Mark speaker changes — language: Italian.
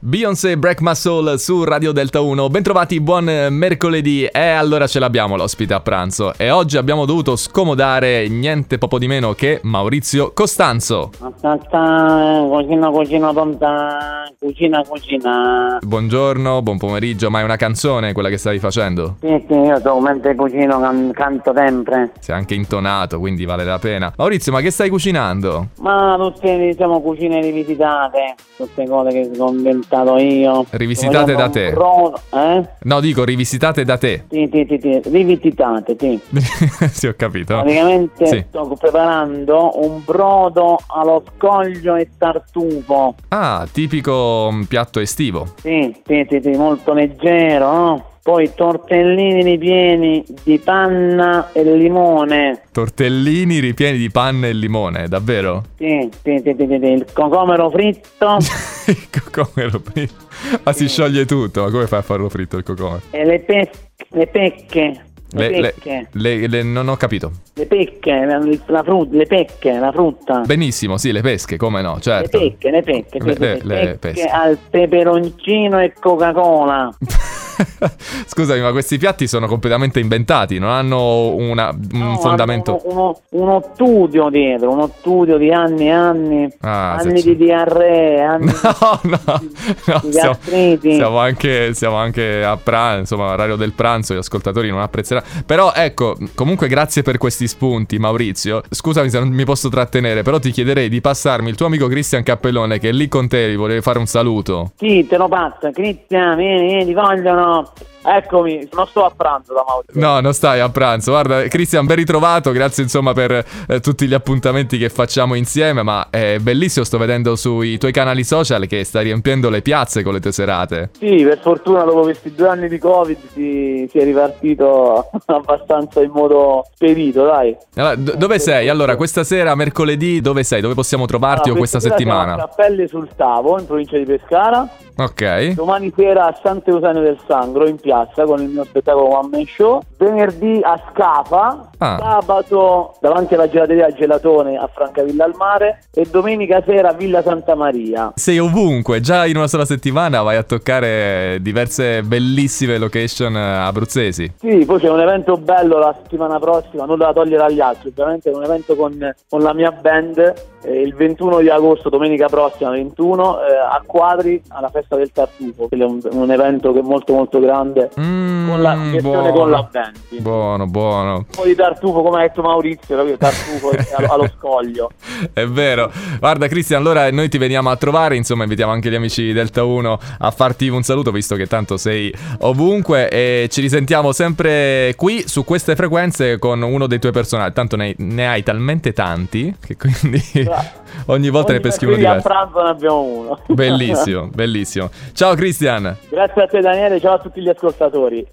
Speaker 1: Beyoncé Break My Soul su Radio Delta 1. Bentrovati, buon eh, mercoledì. E allora ce l'abbiamo l'ospite a pranzo. E oggi abbiamo dovuto scomodare niente poco di meno che Maurizio Costanzo.
Speaker 2: Aspetta, eh, cucina, cucina, tonta, cucina, cucina.
Speaker 1: Buongiorno, buon pomeriggio, ma è una canzone quella che stavi facendo?
Speaker 2: Sì, sì, io so, mentre cucino can- canto sempre.
Speaker 1: Sei anche intonato, quindi vale la pena. Maurizio, ma che stai cucinando?
Speaker 2: Ma tutte, diciamo, cucine rivisitate, tutte cose che ho inventato io.
Speaker 1: Rivisitate da te.
Speaker 2: Ro- eh?
Speaker 1: No, dico rivisitate da te.
Speaker 2: Sì, sì, sì, sì, rivisitate, sì.
Speaker 1: sì, ho capito.
Speaker 2: Praticamente
Speaker 1: Sì.
Speaker 2: sto preparando un brodo allo scoglio e tartufo.
Speaker 1: Ah, tipico mm, piatto estivo.
Speaker 2: Sì, sì, sì, sì, molto leggero, no? Poi tortellini ripieni di panna e limone.
Speaker 1: Tortellini ripieni di panna e limone, davvero?
Speaker 2: Sì, sì, sì, sì, sì, sì, il cocomero fritto
Speaker 1: il cocomero prima. Ma Ah, si
Speaker 2: Sì.
Speaker 1: scioglie tutto. Ma come fai a farlo fritto il cocomero?
Speaker 2: e le, pes- le pecche. Le, pecche,
Speaker 1: le- le- non ho capito.
Speaker 2: le pecche, la, la frutta, le pecche, la frutta.
Speaker 1: Benissimo, sì, le pesche, come no,
Speaker 2: le
Speaker 1: certo.
Speaker 2: pecche, le pecche, sì,
Speaker 1: Le-
Speaker 2: sì, sì,
Speaker 1: le- le
Speaker 2: pecche
Speaker 1: pesche.
Speaker 2: al peperoncino e Coca-Cola.
Speaker 1: Scusami, ma questi piatti sono completamente inventati, non hanno una- un
Speaker 2: No,
Speaker 1: Mm, fondamento.
Speaker 2: uno, uno- uno studio dietro, uno studio di anni e anni,
Speaker 1: Ah, se
Speaker 2: anni
Speaker 1: c'è-
Speaker 2: di diarrea, anni
Speaker 1: No, no, no,
Speaker 2: di
Speaker 1: siamo,
Speaker 2: gastriti.
Speaker 1: siamo anche, siamo anche a pranzo, insomma, orario del pranzo, gli ascoltatori non apprezzeranno. Però ecco, comunque grazie per questi spunti, Maurizio. Scusami se non mi posso trattenere, però ti chiederei di passarmi il tuo amico Cristian Cappellone che è lì con te, gli volevi fare un saluto.
Speaker 2: Sì, te lo passo, Cristian, vieni, vieni, ti vogliono. Eccomi, non sto a pranzo da Maurizio.
Speaker 1: No, non stai a pranzo. Guarda, Cristian, ben ritrovato. Grazie insomma per eh, tutti gli appuntamenti che facciamo insieme. Ma è bellissimo, sto vedendo sui tuoi canali social che stai riempiendo le piazze con le tue serate.
Speaker 2: Sì, per fortuna dopo questi due anni di Covid si, si è ripartito abbastanza in modo spedito, dai.
Speaker 1: Allora, do- dove sei? Allora, questa sera, mercoledì, dove sei? Dove possiamo trovarti
Speaker 2: Allora,
Speaker 1: o questa
Speaker 2: Ah, sera siamo A
Speaker 1: settimana?
Speaker 2: Cappelle sul Tavo, in provincia di Pescara.
Speaker 1: Ok.
Speaker 2: Domani sera a Sant'Eusanio del Sangro, in piazza, con il mio spettacolo One Man Show. Venerdì a Scafa.
Speaker 1: Ah.
Speaker 2: Sabato davanti alla gelateria Gelatone a Francavilla al Mare. E domenica sera a Villa Santa Maria.
Speaker 1: Sei ovunque, già in una sola settimana vai a toccare diverse bellissime location eh, abruzzesi.
Speaker 2: Sì, poi c'è un evento bello la settimana prossima, non da togliere agli altri, ovviamente è un evento con, con la mia band eh, il 21 di agosto, domenica prossima 21, eh, a Quadri alla festa del tartufo, che è un, un evento che è molto molto grande
Speaker 1: Mm,
Speaker 2: con la gestione con la band. quindi.
Speaker 1: Buono, buono.
Speaker 2: Un po' di tartufo, come ha detto Maurizio, capito? tartufo allo, allo scoglio.
Speaker 1: È vero. Guarda, Cristian, allora noi ti veniamo a trovare. Insomma, invitiamo anche gli amici di Delta 1 a farti un saluto, visto che tanto sei ovunque. E ci risentiamo sempre qui su queste frequenze con uno dei tuoi personaggi. Tanto ne, ne hai talmente tanti che quindi
Speaker 2: Bra-
Speaker 1: ogni volta ne
Speaker 2: Esatto. Ogni
Speaker 1: peschi uno
Speaker 2: mercoledì
Speaker 1: diverso.
Speaker 2: A pranzo ne abbiamo uno.
Speaker 1: Bellissimo, bellissimo. Ciao, Cristian.
Speaker 2: Grazie a te Daniele, ciao a tutti gli ascoltatori.